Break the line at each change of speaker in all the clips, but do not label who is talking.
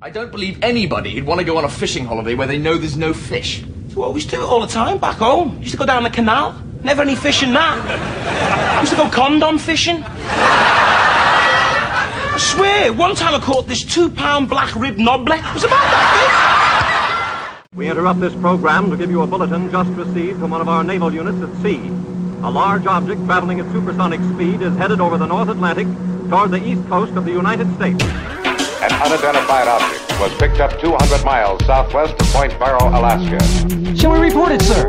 I don't believe anybody would want to go on a fishing holiday where they know there's no fish.
Well, we used to do it all the time back home. Used to go down the canal. Never any fishing that. Used to go condom fishing. I swear, one time I caught this two-pound black rib nobbler. It was about that
We interrupt this program to give you a bulletin just received from one of our naval units at sea. A large object traveling at supersonic speed is headed over the North Atlantic toward the east coast of the United States.
An unidentified object was picked up 200 miles southwest of Point Barrow, Alaska.
Shall we report it, sir?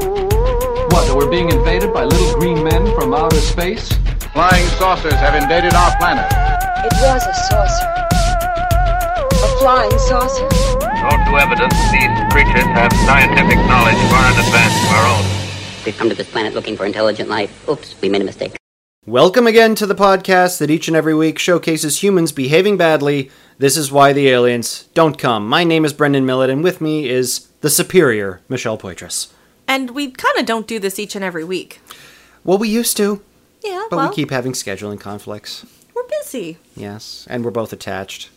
What, that we're being invaded by little green men from outer space?
Flying saucers have invaded our planet.
It was a saucer. A flying saucer.
Short to evidence, these creatures have scientific knowledge far in advance of our own.
We've come to this planet looking for intelligent life. Oops, we made a mistake.
Welcome again to the podcast that each and every week showcases humans behaving badly. This is why the aliens don't come. My name is Brendan Millett, and with me is the superior Michelle Poitras.
And we kind of don't do this each and every week.
Well, we used to.
Yeah,
but
well,
we keep having scheduling conflicts.
we're busy.
Yes, and we're both attached.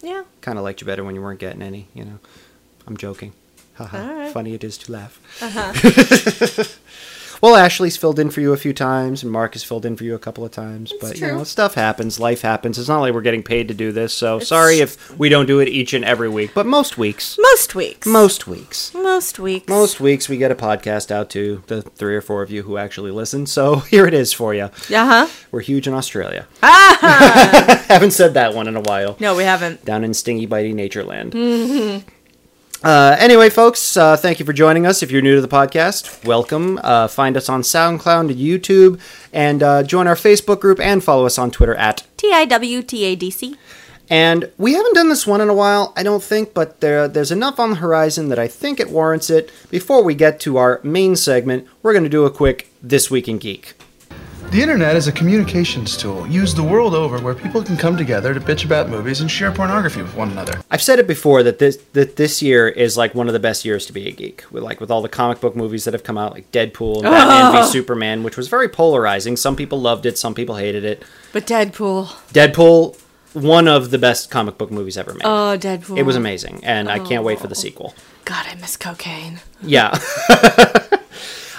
Yeah.
Kind of liked you better when you weren't getting any. You know, I'm joking. Haha.
All right.
Funny it is to laugh.
Uh-huh.
well, Ashley's filled in for you a few times, and Mark has filled in for you a couple of times. but you
true.
know, stuff happens. Life happens. It's not like we're getting paid to do this. So sorry if we don't do it each and every week, but most weeks,
Most weeks.
most weeks.
Most weeks.
Most weeks we get a podcast out to the three or four of you who actually listen. So here it is for you.
Uh huh.
We're huge in Australia. Haven't said that one in a while.
No, we haven't.
Down in stingy, bitey nature land. Uh, anyway, folks, uh, thank you for joining us. If you're new to the podcast, welcome. Uh, find us on SoundCloud, YouTube, and uh, join our Facebook group and follow us on Twitter at
T I W T A D C.
and we haven't done this one in a while, I don't think, but there, there's enough on the horizon that I think it warrants it. Before we get to our main segment, we're going to do a quick This Week in Geek.
The internet is a communications tool used the world over where people can come together to bitch about movies and share pornography with one another.
I've said it before that this that this year is like one of the best years to be a geek. With like with all the comic book movies that have come out, like Deadpool and Batman
Oh.
v Superman, which was very polarizing. Some people loved it, some people hated it.
But Deadpool.
Deadpool, one of the best comic book movies ever made.
Oh, Deadpool. Oh.
it was amazing, and I can't wait for the sequel.
God, I miss cocaine.
Yeah.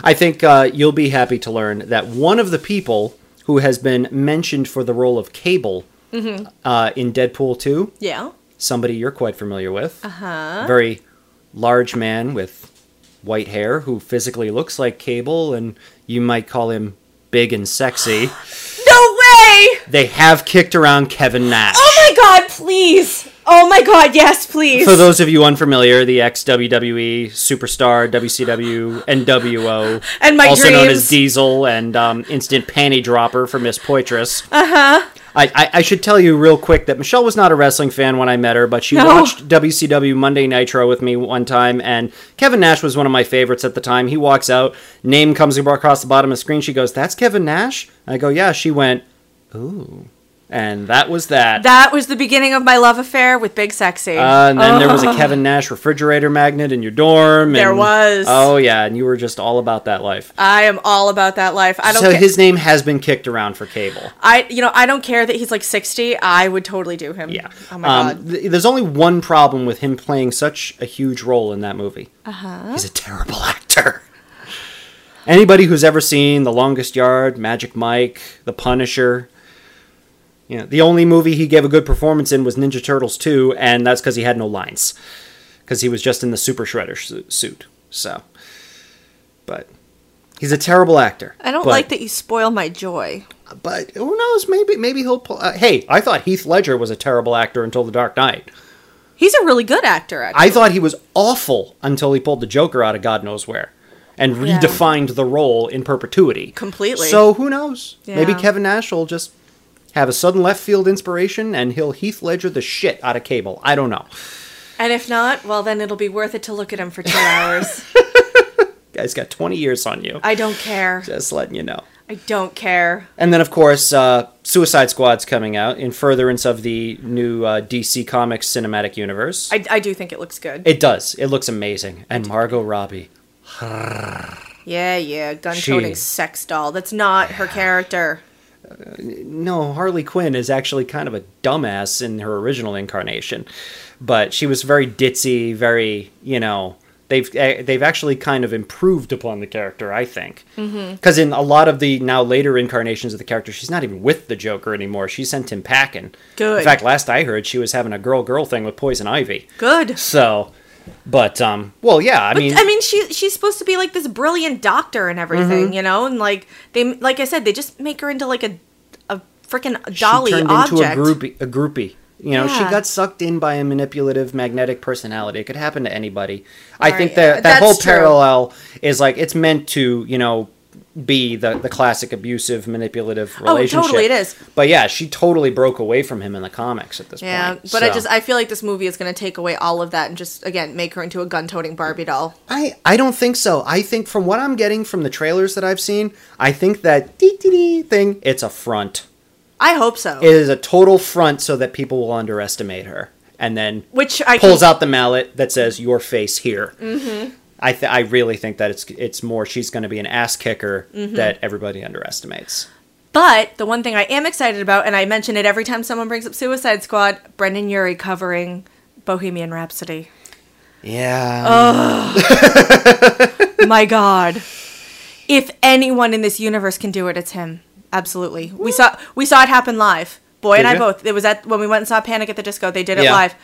I think uh, you'll be happy to learn that one of the people who has been mentioned for the role of Cable uh, in Deadpool 2,
Yeah.
somebody you're quite familiar with. Uh huh. Very large man with white hair who physically looks like Cable, and you might call him big and sexy.
No way!
they have kicked around Kevin Nash.
Oh my god, please! Oh my god, yes, please!
For those of you unfamiliar, the ex WWE superstar, WCW, NWO,
And my
also known
dreams.
as Diesel and um, instant panty dropper for Miss Poitras. Uh huh. I, I, I should tell you real quick that Michelle was not a wrestling fan when I met her, but she
No.
watched WCW Monday Nitro with me one time, and Kevin Nash was one of my favorites at the time. He walks out, name comes across the bottom of the screen. She goes, "That's Kevin Nash." I go, "Yeah." She went, "Ooh," and that was that.
that was the beginning of my love affair with Big Sexy. Oh.
Uh, and then there was a Kevin Nash refrigerator magnet in your dorm. And,
There was.
Oh yeah, and you were just all about that life.
I am all about that life. I don't
So
care.
his name has been kicked around for cable.
I you know, I don't care that he's like 60. I would totally do him.
Yeah.
Oh my
Um,
god.
th- there's only one problem with him playing such a huge role in that movie. Uh
Uh-huh.
huh. He's a terrible actor. Anybody who's ever seen The Longest Yard, Magic Mike, The Punisher. You know, the only movie he gave a good performance in was Ninja Turtles 2, and that's because he had no lines. Because he was just in the Super Shredder su- suit. So. But. He's a terrible actor.
I don't
but-
like that you spoil my joy.
But who knows? Maybe maybe he'll pull. Uh, hey, I thought Heath Ledger was a terrible actor until The Dark Knight.
He's a really good actor, actually.
I thought he was awful until he pulled the Joker out of God knows where and
Yeah.
redefined the role in perpetuity.
Completely.
So who knows? Maybe
Yeah.
Kevin Nash will just have a sudden left field inspiration and he'll Heath Ledger the shit out of Cable. I don't know.
And if not, well, then it'll be worth it to look at him for two hours.
Guy's got 20 years on you.
I don't care.
just letting you know.
I don't care.
And then, of course, uh, Suicide Squad's coming out in furtherance of the new uh, DC Comics cinematic universe.
I, I do think it looks good.
it does. It looks amazing. And Margot Robbie.
yeah, yeah. Gun toting
She-
sex doll. That's not her character.
uh, no, Harley Quinn is actually kind of a dumbass in her original incarnation, but she was very ditzy, very you know. They've eh, they've actually kind of improved upon the character, I think,
Mm-hmm.
Mhm.
because in a lot of the now later incarnations of the character, she's not even with the Joker anymore. She sent him packing.
Good.
In fact, last I heard, she was having a girl girl thing with Poison Ivy.
Good.
So, but um, well, yeah, I
But,
mean,
I mean, she she's supposed to be like this brilliant doctor and everything,
Mhm.
you know, and like they, like I said, they just make her into like a a freaking dolly
she turned
object.
into a groupie. A groupie. You know, she
Yeah.
got sucked in by a manipulative magnetic personality. It could happen to anybody. I
Right,
think
yeah,
that that whole
that's true.
parallel is like it's meant to, you know, be the the classic abusive manipulative
Oh,
relationship.
totally, it is.
But yeah, she totally broke away from him in the comics at this
yeah,
point.
but I
so.
just I feel like this movie is going to take away all of that and just again make her into a gun-toting Barbie doll.
I I don't think so. I think from what I'm getting from the trailers that I've seen, I think that dee dee dee thing it's a front.
I hope so.
It is a total front so that people will underestimate her, and then
Which I
pulls
can-
out the mallet that says "Your face here."
Mhm.
I th- I really think that it's it's more she's going to be an ass kicker
Mhm.
that everybody underestimates.
But the one thing I am excited about, and I mention it every time someone brings up Suicide Squad, Brendan Urie covering Bohemian Rhapsody.
Yeah.
Ugh. My God. If anyone in this universe can do it, it's him. Absolutely. We saw we saw it happen live. Boy
Did
and I
ya?
both. It was at when we went and saw Panic at the Disco. They did it
Yeah.
live.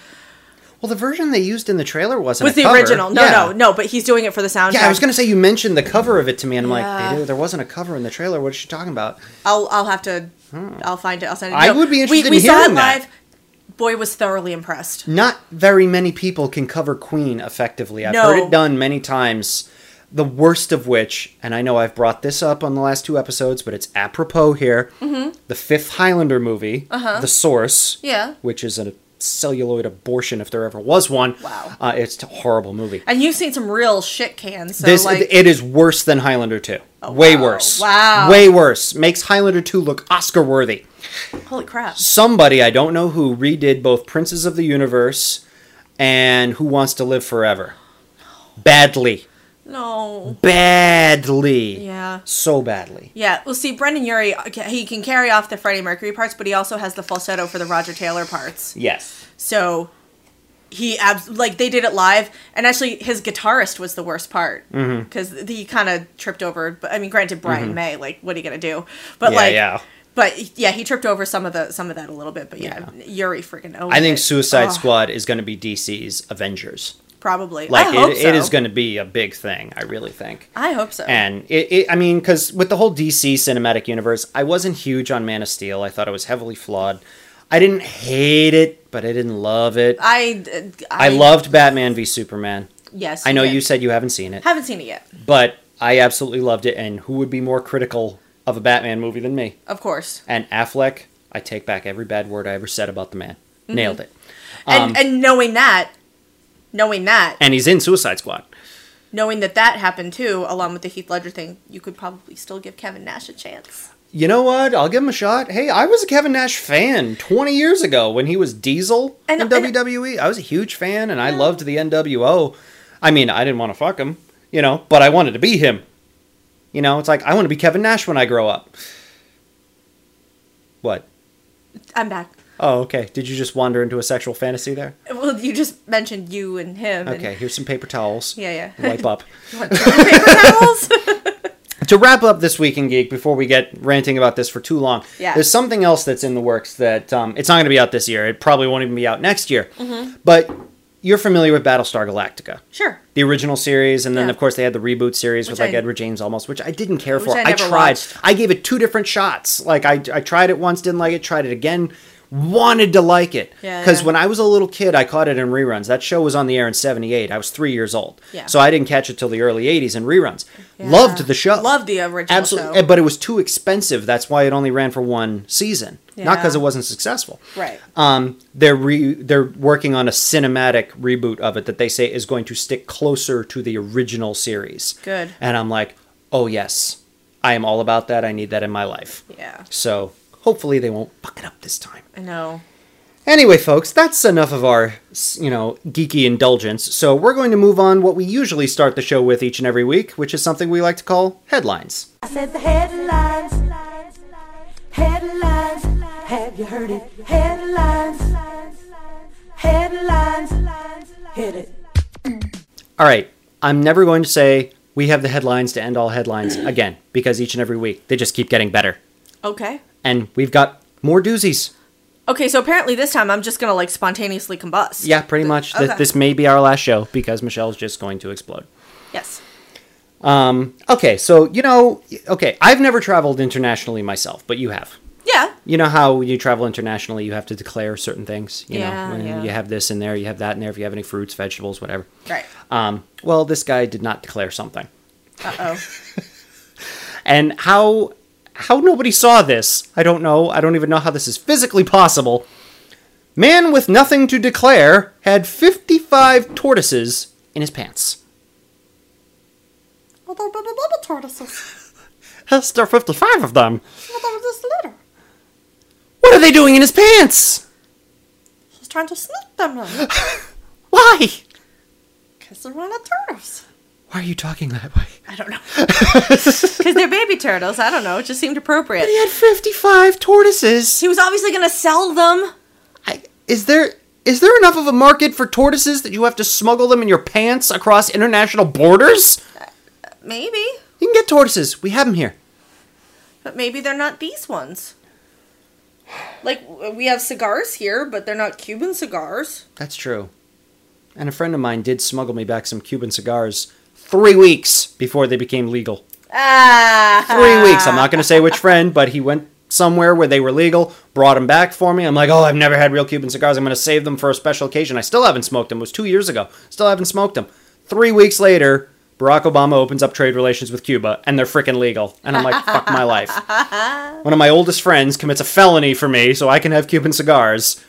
Well, the version they used in the trailer wasn't
was
a
the
cover.
original? No,
Yeah.
no, no. But he's doing it for the soundtrack.
Yeah, I was gonna say you mentioned the cover of it to me, and I'm
Yeah.
like, "They- there wasn't a cover in the trailer. What is she talking about? Hmm.
I'll I'll have to. I'll find it. I'll send it.
I would be interested in
We, we saw
hearing
it
that.
live. Boy was thoroughly impressed.
Not very many people can cover Queen effectively. I've
No.
heard it done many times. The worst of which, and I know I've brought this up on the last two episodes, but it's apropos here.
Mm-hmm.
The fifth Highlander movie,
Uh-huh.
The Source,
Yeah.
which is a celluloid abortion if there ever was one.
Wow.
Uh, it's a horrible movie.
And you've seen some real shit cans. So
this
like, Oh,
it is worse than Highlander 2. Way worse.
Wow.
Way worse. Makes Highlander 2 look Oscar worthy.
holy crap.
Somebody I don't know who redid both Princes of the Universe and Who Wants to Live Forever. Badly.
No.
Badly.
Yeah.
So badly.
Yeah, well, see, Brendan Urie, okay, he can carry off the Freddie Mercury parts, but he also has the falsetto for the Roger Taylor parts.
Yes.
So he abs like they did it live, and actually his guitarist was the worst part
Mhm.
because he kind of tripped over. But I mean, granted, Brian
Mhm.
May, like, what are you gonna do? But
yeah,
like,
yeah.
but yeah, he tripped over some of the some of that a little bit. But yeah, Yuri freaking. owned
I think
it.
Suicide
Ugh,
Squad is going to be DC's Avengers.
Probably.
Like
I hope
it, it
so.
is going to be a big thing. I really think.
I hope so.
And it, it I mean, because with the whole DC cinematic universe, I wasn't huge on Man of Steel. I thought it was heavily flawed. I didn't hate it, but I didn't love it. I,
I, uh, I
loved Batman v Superman.
Yes,
I know
did.
you said you haven't seen it,
Haven't seen it yet,
but I absolutely loved it. And who would be more critical of a Batman movie than me?
of course.
And Affleck, I take back every bad word I ever said about the man.
Mhm.
Nailed it. Um,
and and knowing that, knowing that,
and he's in Suicide Squad.
knowing that that happened too, along with the Heath Ledger thing, you could probably still give Kevin Nash a chance.
You know what? I'll give him a shot. Hey, I was a Kevin Nash fan 20 years ago when he was Diesel
And-
in WWE. I was a huge fan and I loved the NWO. I mean, I didn't want to fuck him, you know, but I wanted to be him. You know, it's like I want to be Kevin Nash when I grow up. What?
I'm back.
Oh, okay. Did you just wander into a sexual fantasy there?
Well, you just mentioned you and him. and-
Okay, here's some paper towels.
Yeah, yeah.
Wipe up.
You want toilet paper towels?
to wrap up this week in geek before we get ranting about this for too long
Yeah.
there's something else that's in the works that um, it's not going to be out this year it probably won't even be out next year
Mhm.
but you're familiar with battlestar galactica
Sure.
the original series and then
Yeah.
of course they had the reboot series
Which
with like
I-
edward james almost which i didn't care
Which
for
I
i,
never
tried
watched.
i gave it two different shots like I, I tried it once didn't like it tried it again wanted to like it
Yeah, yeah.
when i was a little kid i caught it in reruns that show was on the air in 78 i was three years old
Yeah.
so i didn't catch it till the early 80s in reruns loved the show
Love the original
Absolutely,
show.
but it was too expensive. That's why it only ran for one season, not because
Yeah.
it wasn't successful.
Right.
Um, they're re- they're working on a cinematic reboot of it that they say is going to stick closer to the original series.
Good.
And I'm like, oh yes, I am all about that. I need that in my life.
Yeah.
So hopefully they won't fuck it up this time.
I know.
Anyway, folks, that's enough of our, s- you know, geeky indulgence. So we're going to move on what we usually start the show with each and every week, which is something we like to call headlines.
I said the headlines.
Headlines, have you heard it? Headlines, headlines, hit it.
All right, I'm never going to say we have the headlines to end all headlines again because each and every week they just keep getting better.
Okay.
And we've got more doozies.
Okay, so apparently this time I'm just gonna like spontaneously combust.
Yeah, pretty much. Th-
okay.
This may be our last show because Michelle's just going to explode.
Yes.
Um, okay, so, you know, okay, I've never traveled internationally myself, but you have.
Yeah.
You know how when you travel internationally, you have to declare certain things. You
Yeah,
know, when
yeah.
you have this in there, you have that in there, if you have any fruits, vegetables, whatever.
Right.
Um, well, this guy did not declare something.
Uh oh.
And how how nobody saw this, I don't know. I don't even know how this is physically possible. Man with nothing to declare had 55 tortoises in his pants.
Well, they're little little tortoises.
That's there are 55 of them.
Well, they were just little.
What are they doing in his pants?
He's trying to sneak them in.
Why?
Because they're little turtles.
Why are you talking that way?
I don't know. Because they're baby turtles. I don't know. It just seemed appropriate.
he had 55 tortoises.
He was obviously going to sell them.
Is there is there enough of a market for tortoises that you have to smuggle them in your pants across international borders?
Maybe.
You can get tortoises. We have them here.
But maybe they're not these ones. Like, w- we have cigars here, but they're not Cuban cigars.
That's true. And a friend of mine did smuggle me back some Cuban cigars 3 weeks before they became legal.
Ah.
3 weeks. I'm not going to say which friend, but he went somewhere where they were legal, brought them back for me. I'm like, "Oh, I've never had real Cuban cigars. I'm going to save them for a special occasion." I still haven't smoked them. It was 2 years ago. Still haven't smoked them. 3 weeks later, Barack Obama opens up trade relations with Cuba and they're freaking legal. And I'm like, "Fuck my life." One of my oldest friends commits a felony for me so I can have Cuban cigars.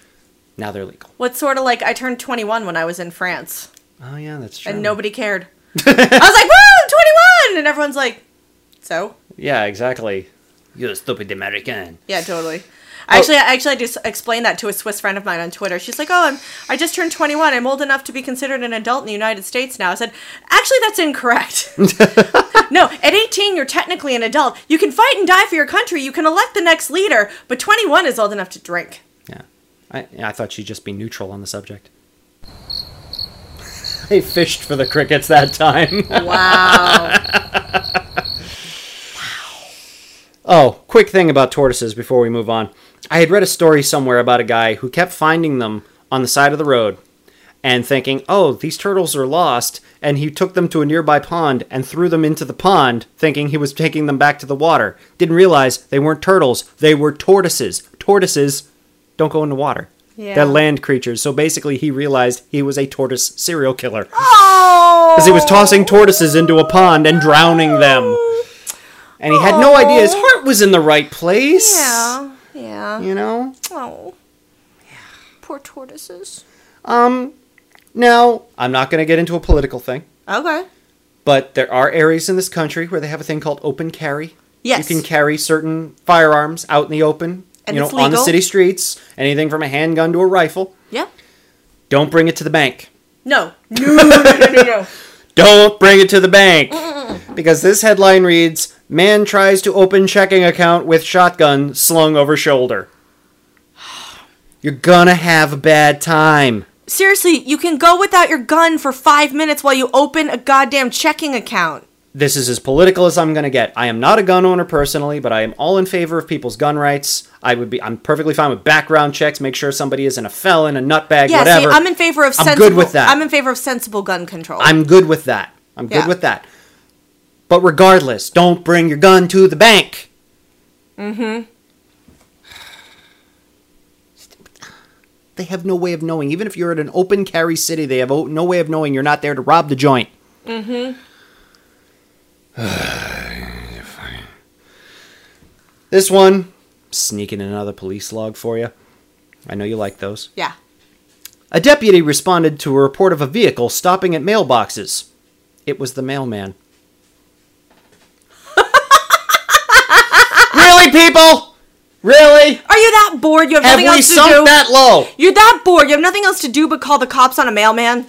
Now they're legal.
What's sort of like I turned 21 when I was in France,
Oh yeah, that's true.
and nobody cared. I was like, woo, 21! And everyone's like, so?
Yeah, exactly. You stupid American.
Yeah, totally.
Oh.
Actually, I actually I just explained that to a Swiss friend of mine on Twitter. She's like, "Oh, I'm I just turned 21. I'm old enough to be considered an adult in the United States now." I said, "Actually, that's incorrect. no, at 18, you're technically an adult. You can fight and die for your country. You can elect the next leader, but 21 is old enough to drink."
I, I thought she'd just be neutral on the subject. I fished for the crickets that time.
Wow.
oh, quick thing about tortoises before we move on. I had read a story somewhere about a guy who kept finding them on the side of the road and thinking, oh, these turtles are lost. And he took them to a nearby pond and threw them into the pond, thinking he was taking them back to the water. Didn't realize they weren't turtles, they were tortoises. Tortoises don't go in the water.
Yeah.
They're land creatures. So basically, he realized he was a tortoise serial killer.
Oh!
Because he was tossing tortoises into a pond and drowning them. And he had no idea his heart was in the right place.
Oh, Yeah. Yeah.
You know?
Oh. Poor tortoises.
Um, now, I'm not going to get into a political thing,
Okay.
but there are areas in this country where they have a thing called open carry.
Yes.
You can carry certain firearms out in the open,
And
you know,
it's
on the
legal.
city streets, anything from a handgun to a rifle.
Yeah.
Don't bring it to the bank.
No. No. No. No. no, no.
Don't bring it to the bank. Because this headline reads Man tries to open checking account with shotgun slung over shoulder. You're gonna have a bad time.
Seriously, you can go without your gun for five minutes while you open a goddamn checking account.
This is as political as I'm gonna get. I am not a gun owner personally, but I am all in favor of people's gun rights. I would be I'm perfectly fine with background checks, make sure somebody isn't a felon, a nutbag,
yeah,
whatever.
see, I'm in favor of.
I'm
Sensible,
good with that.
I'm in favor of sensible gun control.
I'm good with that. I'm
Yeah.
good with that. But regardless, don't bring your gun to the bank.
Mm-hmm.
They have no way of knowing. Even if you're in an open carry city, they have o- no way of knowing you're not there to rob the joint.
Mm-hmm.
This one, sneaking in another police log for you. I know you like those.
Yeah.
A deputy responded to a report of a vehicle stopping at mailboxes. It was the mailman. really, people? Really?
Are you that bored? You have,
Have
nothing
we
else to
sunk
do.
that low?
You're that bored. You have nothing else to do but call the cops on a mailman.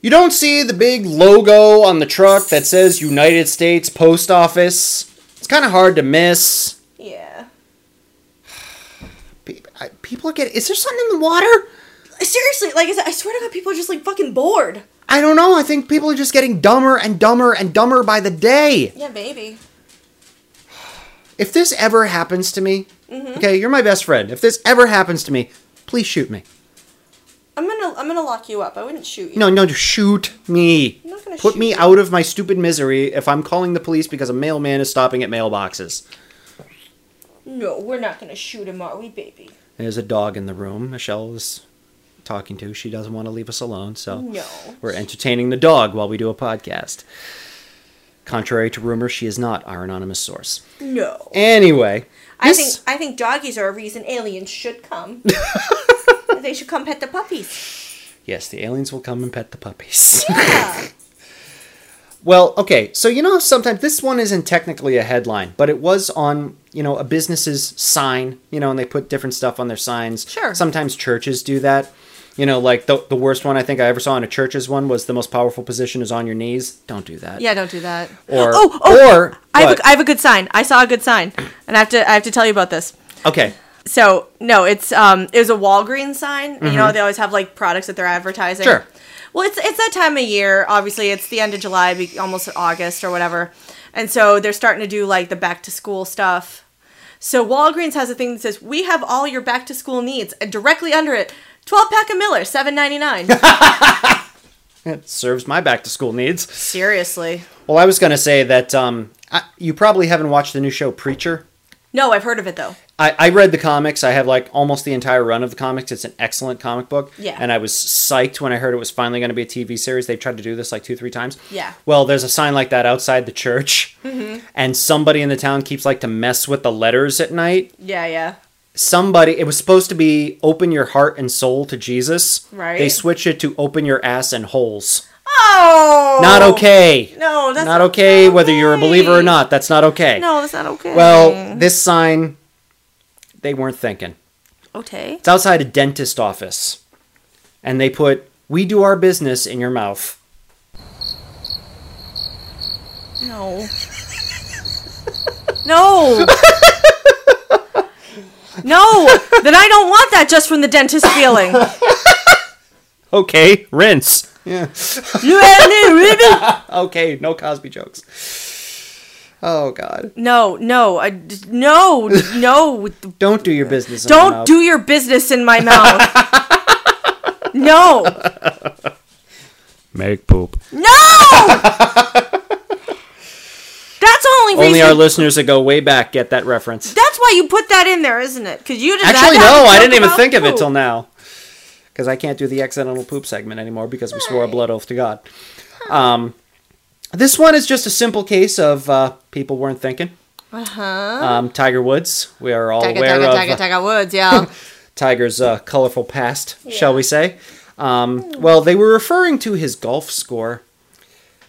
You don't see the big logo on the truck that says United States Post Office. It's kind of hard to miss.
Yeah.
I, people are getting. Is there something in the water?
Seriously, like I said, I swear to God, people are just like fucking bored.
I don't know. I think people are just getting dumber and dumber and dumber by the day.
Yeah, maybe.
If this ever happens to me,
Mhm.
okay, you're my best friend. If this ever happens to me, please shoot me.
I'm gonna I'm gonna lock you up. I wouldn't shoot you.
No, no, just shoot me.
I'm not gonna
Put
shoot
me
you.
out of my stupid misery if I'm calling the police because a mailman is stopping at mailboxes.
No, we're not gonna shoot him, are we, baby?
There's a dog in the room Michelle is talking to. She doesn't want to leave us alone, so
No.
we're entertaining the dog while we do a podcast. Contrary to rumor, she is not our anonymous source.
No.
Anyway,
I
this-
think I think doggies are a reason aliens should come. they should come pet the puppies.
Yes, the aliens will come and pet the puppies. well, okay, so you know sometimes this one isn't technically a headline, but it was on, you know, a business's sign, you know, and they put different stuff on their signs. Sure. Sometimes churches do that. You know, like the, the worst one I think I ever saw in a church's one was the most powerful position is on your knees. Don't do that.
Yeah, don't do that.
Or,
oh, oh,
or,
I have,
but-
a, I have a good sign. I saw a good sign, and I have to I have to tell you about this.
okay,
So no, it's um it was a Walgreens sign. You know
Mhm.
they always have like products that they're advertising.
Sure.
Well, it's it's that time of year. Obviously, it's the end of July, be- almost August or whatever, and so they're starting to do like the back to school stuff. So Walgreens has a thing that says we have all your back to school needs, and directly under it, twelve pack of Miller, seven ninety nine.
it serves my back to school needs.
Seriously,
Well, I was going to say that um, I, you probably haven't watched the new show Preacher.
no, I've heard of it though.
I, I read the comics. I have like almost the entire run of the comics. It's an excellent comic book.
Yeah.
And I was psyched when I heard it was finally going to be a TV series. They've tried to do this like two, three times.
Yeah.
Well, there's a sign like that outside the church,
Mm-hmm.
and somebody in the town keeps like to mess with the letters at night.
Yeah, yeah.
Somebody, it was supposed to be open your heart and soul to Jesus.
Right.
They switch it to open your ass and holes.
Oh,
Not okay.
No, that's
not okay, whether you're a believer or not. That's not okay.
No, that's not okay.
Well, this sign, they weren't thinking.
okay.
It's outside a dentist office. And they put, We do our business in your mouth.
No. no. no. Then I don't want that just from the dentist feeling.
Okay, rinse. Yeah.
You and me, Ruby.
okay, no Cosby jokes. Oh, God.
No, no, I, d- no, no.
Don't do your business in my
Don't
mouth.
do your business in my mouth. no.
Make poop.
No. That's only reason.
Only our listeners that go way back get that reference.
That's why you put that in there, isn't it? Because you did
Actually,
that
no,
joke
I didn't even
about
think of it
poop.
till now. Because I can't do the accidental poop segment anymore because we swore a blood oath to God. Um, this one is just a simple case of uh, people weren't thinking.
Uh-huh.
Um, Tiger Woods, we are all
Tiger,
aware
tiger,
of. uh,
tiger, tiger woods, yeah.
Tiger's uh, colorful past, shall we say? Um, well, they were referring to his golf score,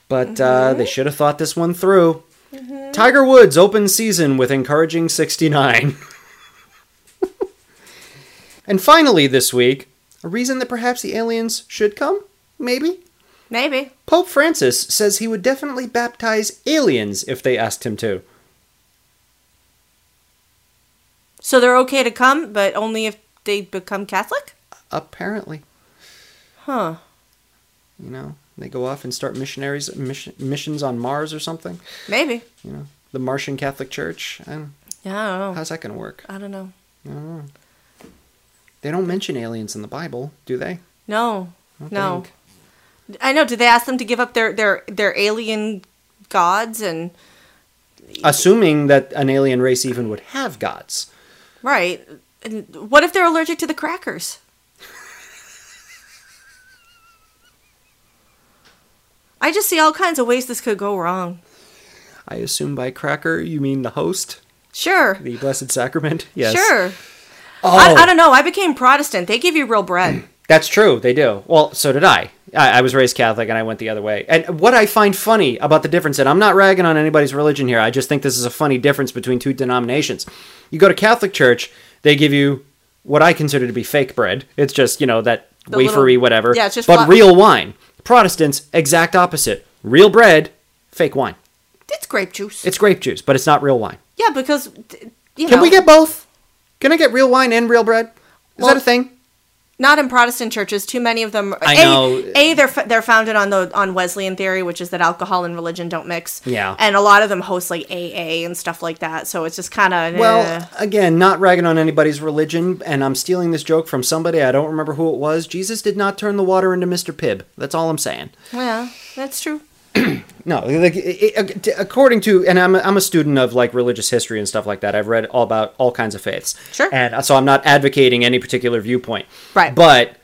but
Mm-hmm.
uh, they should have thought this one through. Tiger Woods open season with encouraging 69. and finally, this week, a reason that perhaps the aliens should come? Maybe?
Maybe.
Pope Francis says he would definitely baptize aliens if they asked him to.
So they're okay to come, but only if they become Catholic?
Apparently.
Huh.
You know, they go off and start missionaries mission, missions on Mars or something.
Maybe.
you know, the Martian Catholic Church. And
Yeah, I don't know.
how's that going to work?
I don't know.
I don't know. They don't mention aliens in the Bible, do they?
No.
I don't
No.
think.
I know. Did they ask them to give up their, their, their alien gods and
Assuming that an alien race even would have gods.
right? And what if they're allergic to the crackers? I just see all kinds of ways this could go wrong.
I assume by cracker you mean the host,
Sure.
the Blessed Sacrament. Yes.
Sure.
Oh,
I, I don't know. I became Protestant. They give you real bread.
that's true. They do. Well, so did I. I. I was raised Catholic and I went the other way. And what I find funny about the difference, and I'm not ragging on anybody's religion here. I just think this is a funny difference between two denominations. You go to Catholic church, they give you what I consider to be fake bread. It's just you know that
The
wafery
little-
whatever.
yeah, it's just
but
flat-
real wine. Protestants, exact opposite. Real bread, fake wine.
It's grape juice.
It's grape juice, but it's not real wine.
Yeah, because th- you
Can
know,
we get both? Can I get real wine and real bread? Is that a thing?
Not in Protestant churches. Too many of them.
I
A-
know.
A, they're f- they're founded on the on Wesleyan theory, which is that alcohol and religion don't mix.
Yeah.
And a lot of them host like AA and stuff like that. So it's just eh. kind of
Well, again, not ragging on anybody's religion, and I'm stealing this joke from somebody. I don't remember who it was. Jesus did not turn the water into Mr. Pibb. That's all I'm saying.
yeah, that's true.
No, like it, it- according to, and I'm a, I'm a student of like religious history and stuff like that. I've read all about all kinds of faiths.
Sure.
And uh, so I'm not advocating any particular viewpoint.
Right.
But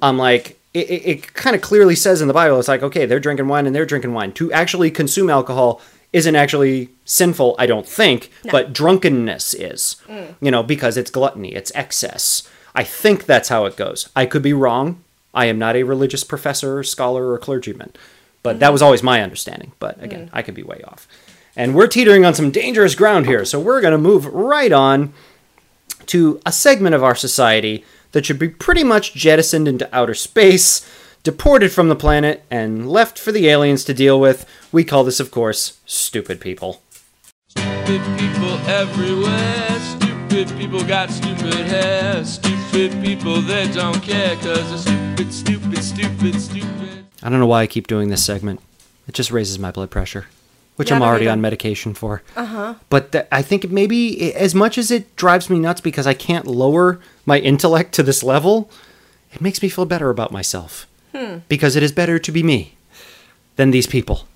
I'm like, it, it, it kind of clearly says in the Bible, it's like, okay, they're drinking wine and they're drinking wine. To actually consume alcohol isn't actually sinful, I don't think,
No.
but drunkenness is,
Mm.
you know, because it's gluttony, it's excess. I think that's how it goes. I could be wrong. I am not a religious professor, scholar, or clergyman, but that
Mhm.
was always my understanding. But again,
Mm.
I could be way off. And we're teetering on some dangerous ground here, so we're going to move right on to a segment of our society that should be pretty much jettisoned into outer space, deported from the planet, and left for the aliens to deal with. We call this, of course, stupid people.
Stupid people everywhere. Stupid people got stupid hair. Stupid people they don't care. Cause they're stupid, stupid, stupid, stupid.
I don't know why I keep doing this segment. It just raises my blood pressure, which
Yeah, I
I'm
don't
already
either.
on medication for.
Uh-huh.
But th- I think maybe as much as it drives me nuts because I can't lower my intellect to this level, it makes me feel better about myself
Hmm.
because it is better to be me than these people.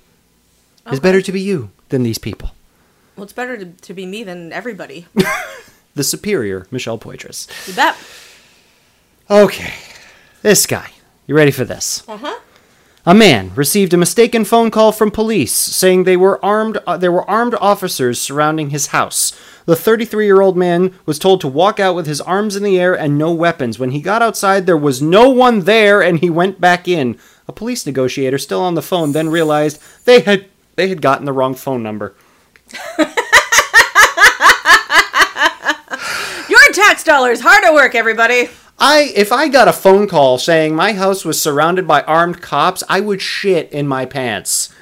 It's better to be you than these people.
Well, it's better to, to be me than everybody.
The superior Michelle Poitras.
You bet.
Okay, this guy. You ready for this?
Uh huh.
A man received a mistaken phone call from police saying they were armed uh, there were armed officers surrounding his house. The 33-year-old man was told to walk out with his arms in the air and no weapons. When he got outside there was no one there and he went back in. A police negotiator still on the phone then realized they had they had gotten the wrong phone number.
Your tax dollars hard at work, everybody.
I if I got a phone call saying my house was surrounded by armed cops, I would shit in my pants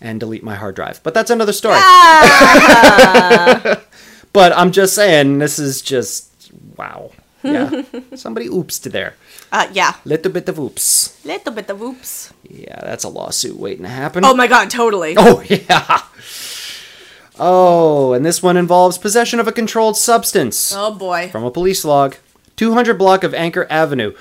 and delete my hard drive. But that's another story.
Ah.
but I'm just saying this is just wow. Yeah. Somebody oops to there.
Uh, yeah.
Little bit of oops.
Little bit of oops.
Yeah, that's a lawsuit waiting to happen.
Oh my god, totally.
Oh yeah. Oh, and this one involves possession of a controlled substance.
Oh boy.
From a police log. 200 block of Anchor Avenue.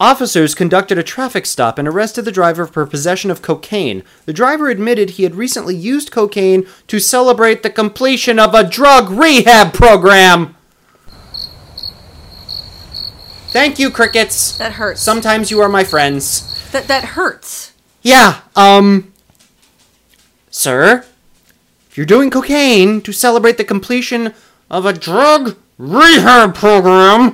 Officers conducted a traffic stop and arrested the driver for possession of cocaine. The driver admitted he had recently used cocaine to celebrate the completion of a drug rehab program. Thank you, crickets.
That hurts.
Sometimes you are my friends.
That that hurts.
Yeah, um. Sir? If you're doing cocaine to celebrate the completion of a drug rehab program,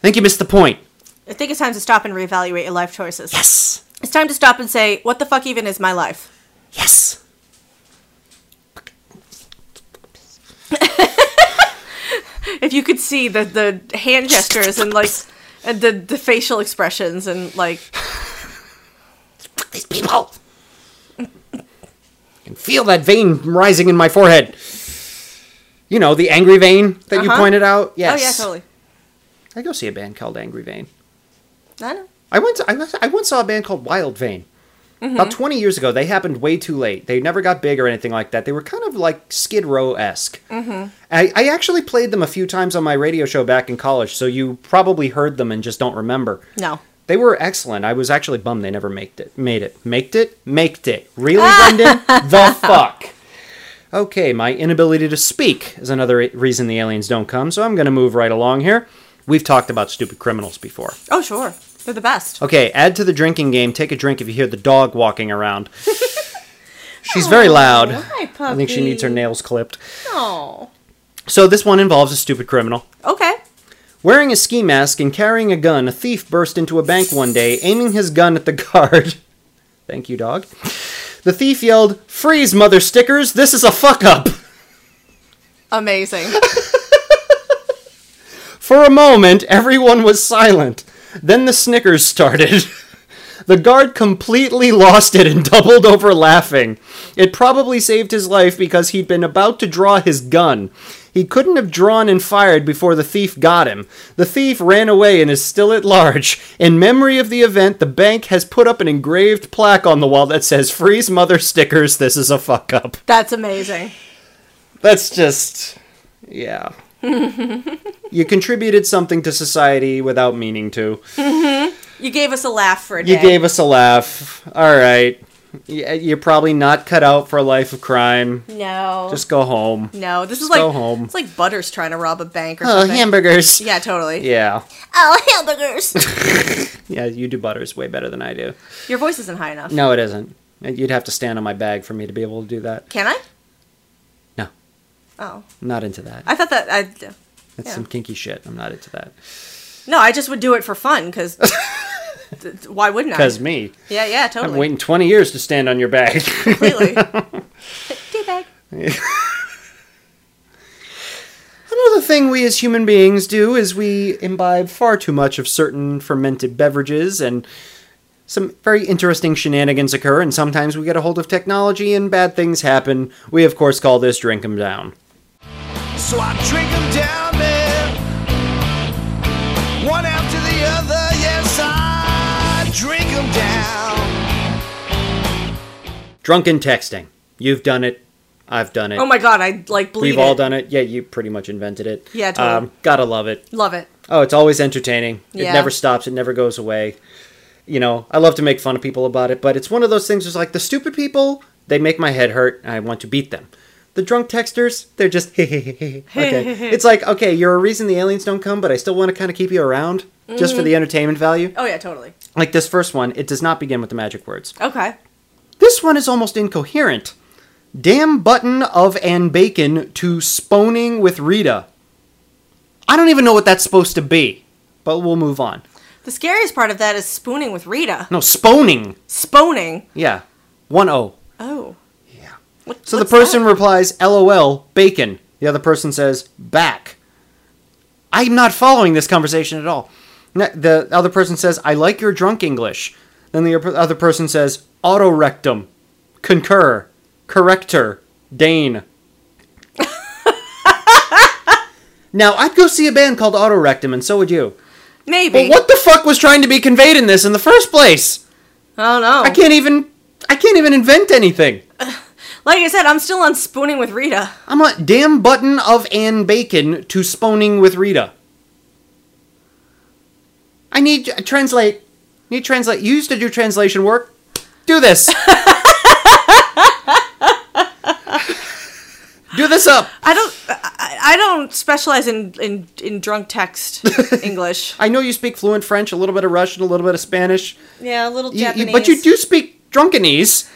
I think you missed the point.
I think it's time to stop and reevaluate your life choices.
Yes.
It's time to stop and say, what the fuck even is my life?
Yes.
if you could see the the hand gestures and like and the the facial expressions and like
these people. I can feel that vein rising in my forehead. You know, the angry vein that you
Uh-huh.
pointed out? Yes.
Oh yeah, totally.
I go see a band called Angry Vein.
I know.
I once, I, once- I once saw a band called Wild Vein.
Mm-hmm.
About 20 years ago, they happened way too late. They never got big or anything like that. They were kind of like Skid Row esque.
Mm-hmm.
I, I actually played them a few times on my radio show back in college, so you probably heard them and just don't remember.
No.
They were excellent. I was actually bummed they never made it. Made it. Maked it. Maked it. Really, Brendan? the fuck. Okay, my inability to speak is another re- reason the aliens don't come. So I'm going to move right along here. We've talked about stupid criminals before.
Oh sure. They're the best.
Okay, add to the drinking game. Take a drink if you hear the dog walking around. She's very loud.
Hi, puppy.
I think she needs her nails clipped.
Oh.
So this one involves a stupid criminal.
Okay.
Wearing a ski mask and carrying a gun, a thief burst into a bank one day, aiming his gun at the guard. Thank you, dog. The thief yelled, Freeze, mother stickers, this is a fuck up!
Amazing.
For a moment, everyone was silent. Then the snickers started.
The guard completely lost it and doubled over laughing. It probably saved his life because he'd been about to draw his gun. He couldn't have drawn and fired before the thief got him. The thief ran away and is still at large. In memory of the event, the bank has put up an engraved plaque on the wall that says Freeze Mother Stickers, this is a fuck up.
That's amazing.
That's just. Yeah. you contributed something to society without meaning to.
Mm-hmm. You gave us a laugh for a day.
You gave us a laugh. All right. Y- You're probably not cut out for a life of crime.
No.
Just go home.
No, this is
Just
like
go home.
it's like Butters trying to rob a bank or
Oh,
something.
hamburgers.
Yeah, totally.
Yeah.
Oh, hamburgers.
Yeah, you do butters way better than I do.
Your voice isn't high enough.
No, it isn't. You'd have to stand on my bag for me to be able to do that.
Can I?
No.
Oh,
Not into that.
I thought that I.
That's
yeah.
some kinky shit. I'm not into that.
No, I just would do it for fun because. why wouldn't I?
Because me.
Yeah, yeah,
I'm
totally.
waiting 20 years to stand on your bag.
Completely.
Another thing we as human beings do is we imbibe far too much of certain fermented beverages, and some very interesting shenanigans occur, and sometimes we get a hold of technology and bad things happen. We, of course, call this drink 'em down.
So I drink 'em down there. One after the other, yes, I drink 'em down.
Drunken texting. You've done it. I've done it.
oh my god, I like bleed.
We've all
it.
done it. Yeah, you pretty much invented it. Um,
Yeah, totally.
gotta love it.
Love it.
Oh, it's always entertaining. It
Yeah.
never stops. It never goes away. You know, I love to make fun of people about it, but it's one of those things. It's like the stupid people. They make my head hurt. And I want to beat them. The drunk texters, they're just okay. It's like okay, you're a reason the aliens don't come, but I still want to kind of keep you around just for
Mhm.
the entertainment value.
Oh yeah, totally.
Like this first one, it does not begin with the magic words.
Okay.
This one is almost incoherent. Damn button of and bacon to sponing with Rita. I don't even know what that's supposed to be, but we'll move on.
The scariest part of that is spooning with Rita.
No, sponing.
Spooning.
Yeah. 1 0.
Oh.
So the person replies, LOL, bacon. The other person says, back. I'm not following this conversation at all. Ne- The other person says, I like your drunk English. Then the op- other person says, autorectum, concur, corrector, Dane. now, I'd go see a band called Autorectum, and so would you.
Maybe.
But what the fuck was trying to be conveyed in this in the first place?
I don't know.
I can't even. I can't even invent anything.
Like I said, I'm still on spooning with Rita.
I'm a damn button of Ann Bacon to spooning with Rita. I need translate. Need translate. You used to do translation work. Do this. do this up.
I don't. I, I don't specialize in in, in drunk text English.
I know you speak fluent French, a little bit of Russian, a little bit of Spanish.
Yeah, a little
You-
Japanese.
you- but you do speak drunkenese.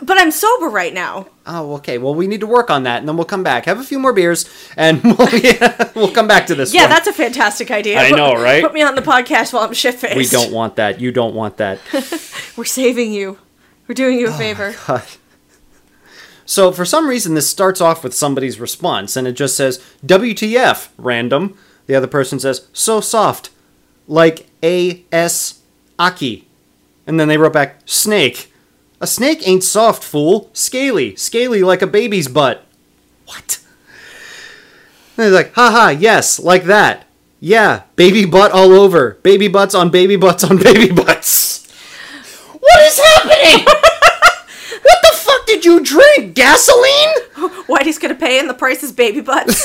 But I'm sober right now.
Oh, okay. Well, we need to work on that, and then we'll come back. Have a few more beers, and we'll, yeah, we'll come back to this.
yeah,
one.
that's a fantastic idea.
I know, right?
Put me on the podcast while I'm shit faced.
We don't want that. You don't want that. Oh,
We're saving you. We're doing you a favor.
God. So for some reason, this starts off with somebody's response, and it just says "WTF?" Random. The other person says "So soft," like A S Aki, and then they wrote back "Snake." A snake ain't soft, fool. Scaly, scaly like a baby's butt. What? And they're like, haha, yes, like that. Yeah, baby butt all over. Baby butts on baby butts on baby butts. What is happening? what the fuck did you drink? Gasoline?
Whitey's gonna pay, and the price is baby butts.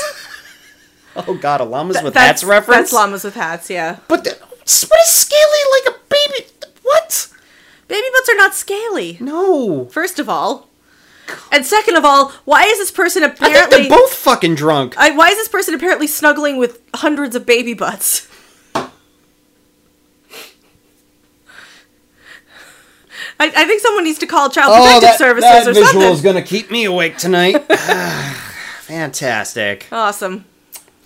Oh god, a llamas with
that's
hats reference?
That's llamas with hats. Yeah.
But the, what is scaly like a baby? What?
Baby butts are not scaly.
No.
First of all, and second of all, why is this person
I think
apparently
they're both fucking drunk.
I, why is this person apparently snuggling with hundreds of baby butts? I, I think someone needs to call child
Oh,
protective services or something.
gonna keep me awake tonight. Ah, Fantastic.
awesome.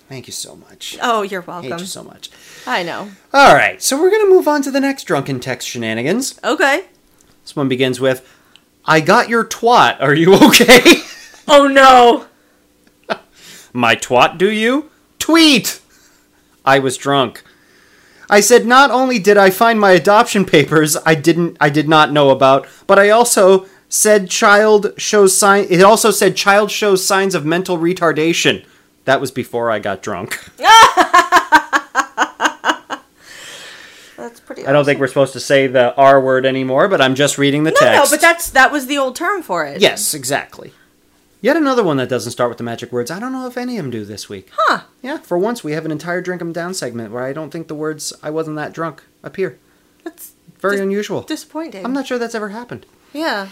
Thank you so much.
Oh, you're
Hate
welcome.
you so much.
I know.
All right, so we're gonna move on to the next drunken text shenanigans.
Okay.
This one begins with, "I got your twat. Are you okay?
Oh no.
My twat, do you? Tweet. I was drunk. I said not only did I find my adoption papers I didn't I did not know about, but I also said child shows sign it also said child shows signs of mental retardation. That was before I got drunk.
That's pretty.
I don't think we're supposed to say the R word anymore, but I'm just reading the
No,
text.
no, but that's that was the old term for it.
Yes, exactly. Yet another one that doesn't start with the magic words. I don't know if any of them do this week.
Huh.
Yeah, for once we have an entire drink 'em down segment where I don't think the words I wasn't that drunk appear.
That's
very
dis-
unusual.
Disappointing.
I'm not sure that's ever happened.
Yeah.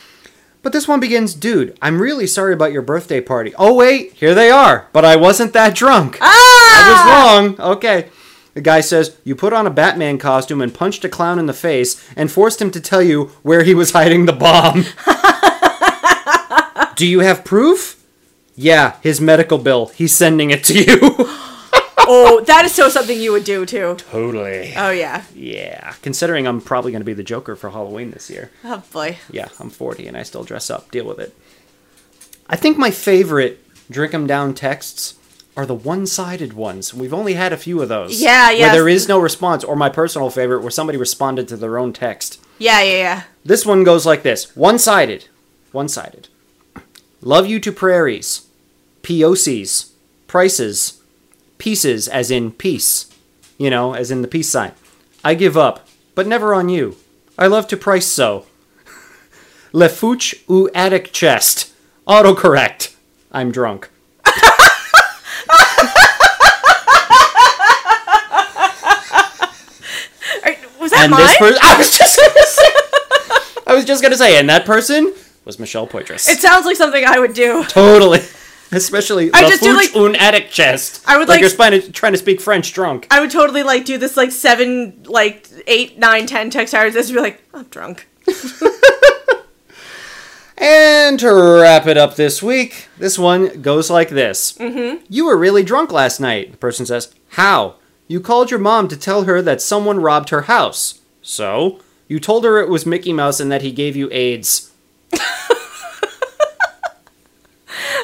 But this one begins, dude, I'm really sorry about your birthday party. Oh wait, here they are. But I wasn't that drunk.
Ah!
I was wrong. Okay. The guy says, You put on a Batman costume and punched a clown in the face and forced him to tell you where he was hiding the bomb. Do you have proof? Yeah, his medical bill. He's sending it to you.
oh, that is so something you would do too.
totally.
Oh yeah.
Yeah. Considering I'm probably going to be the Joker for Halloween this year.
Oh boy.
Yeah, I'm 40 and I still dress up. Deal with it. I think my favorite drink 'em down texts are the one-sided ones. We've only had a few of those.
Yeah,
Where
yes.
there is no response, or my personal favorite, where somebody responded to their own text.
Yeah, yeah, yeah.
This one goes like this: one-sided, one-sided. Love you to prairies, POCs, prices, pieces, as in peace, you know, as in the peace sign. I give up, but never on you. I love to price so. Lefouche ou attic chest. Autocorrect. I'm drunk.
Was that
and
mine?
this person, I was just gonna say, I was just gonna say, and that person was Michelle Poitras.
It sounds like something I would do.
totally, especially
I just do,
Lefouche un attic chest.
I would like-
you're trying to, trying to speak French drunk.
I would totally like do this like seven, like eight, nine, ten text hours. Just be like, I'm drunk.
And to wrap it up this week, this one goes like this.
Mm-hmm.
You were really drunk last night. The person says, How? You called your mom to tell her that someone robbed her house. So? You told her it was Mickey Mouse and that he gave you AIDS.
I,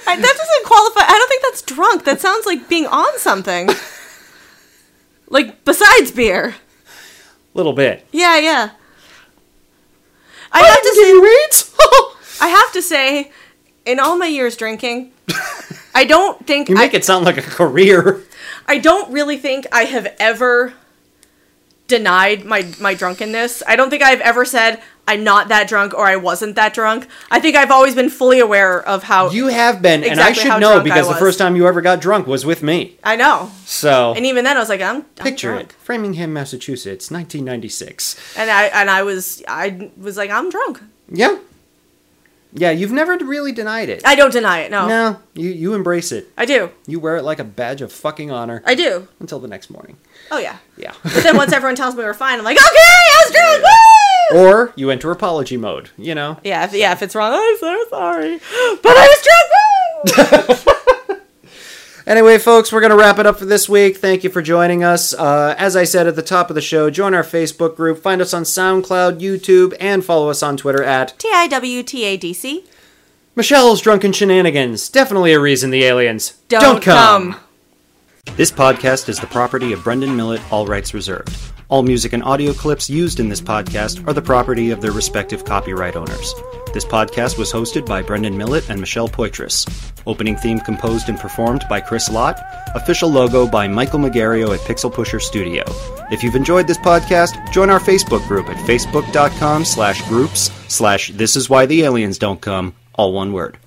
that doesn't qualify. I don't think that's drunk. That sounds like being on something. like besides beer.
Little bit.
Yeah, yeah. I have to say, I have to say, in all my years drinking, I don't think
You make it sound like a career.
I don't really think I have ever denied my my drunkenness. I don't think I've ever said I'm not that drunk or I wasn't that drunk. I think I've always been fully aware of how
You have been, and I
Exactly how
should know
drunk
because
I
the
was.
first time you ever got drunk was with me.
I know.
So,
And even then, I was like, I'm, I'm
picture
drunk.
it Framingham, Massachusetts, 1996.
And I and I was I was like, I'm drunk.
Yeah. Yeah, you've never really denied it.
I don't deny it. No,
No, you, you embrace it.
I do.
You wear it like a badge of fucking honor.
I do.
Until the next morning.
Oh yeah.
Yeah.
But then once everyone tells me we're fine, I'm like, okay, I was drunk. Woo!
or you enter apology mode, you know?
Yeah, if, yeah. If it's wrong, "Oh, I'm so sorry. But I was drunk. Woo!
Anyway, folks, we're going to wrap it up for this week. Thank you for joining us. Uh, as I said at the top of the show, join our Facebook group, find us on SoundCloud, YouTube, and follow us on Twitter at
T I W T A D C.
Michelle's Drunken Shenanigans. Definitely a reason the aliens
Don't
This podcast is the property of Brendan Millett, all rights reserved. All music and audio clips used in this podcast are the property of their respective copyright owners. This podcast was hosted by Brendan Millett and Michelle Poitras. Opening theme composed and performed by Chris Lott. Official logo by Michael Magario at Pixel Pusher Studio. If you've enjoyed this podcast, join our Facebook group at facebook.com slash groups slash this is why the aliens don't come, all one word.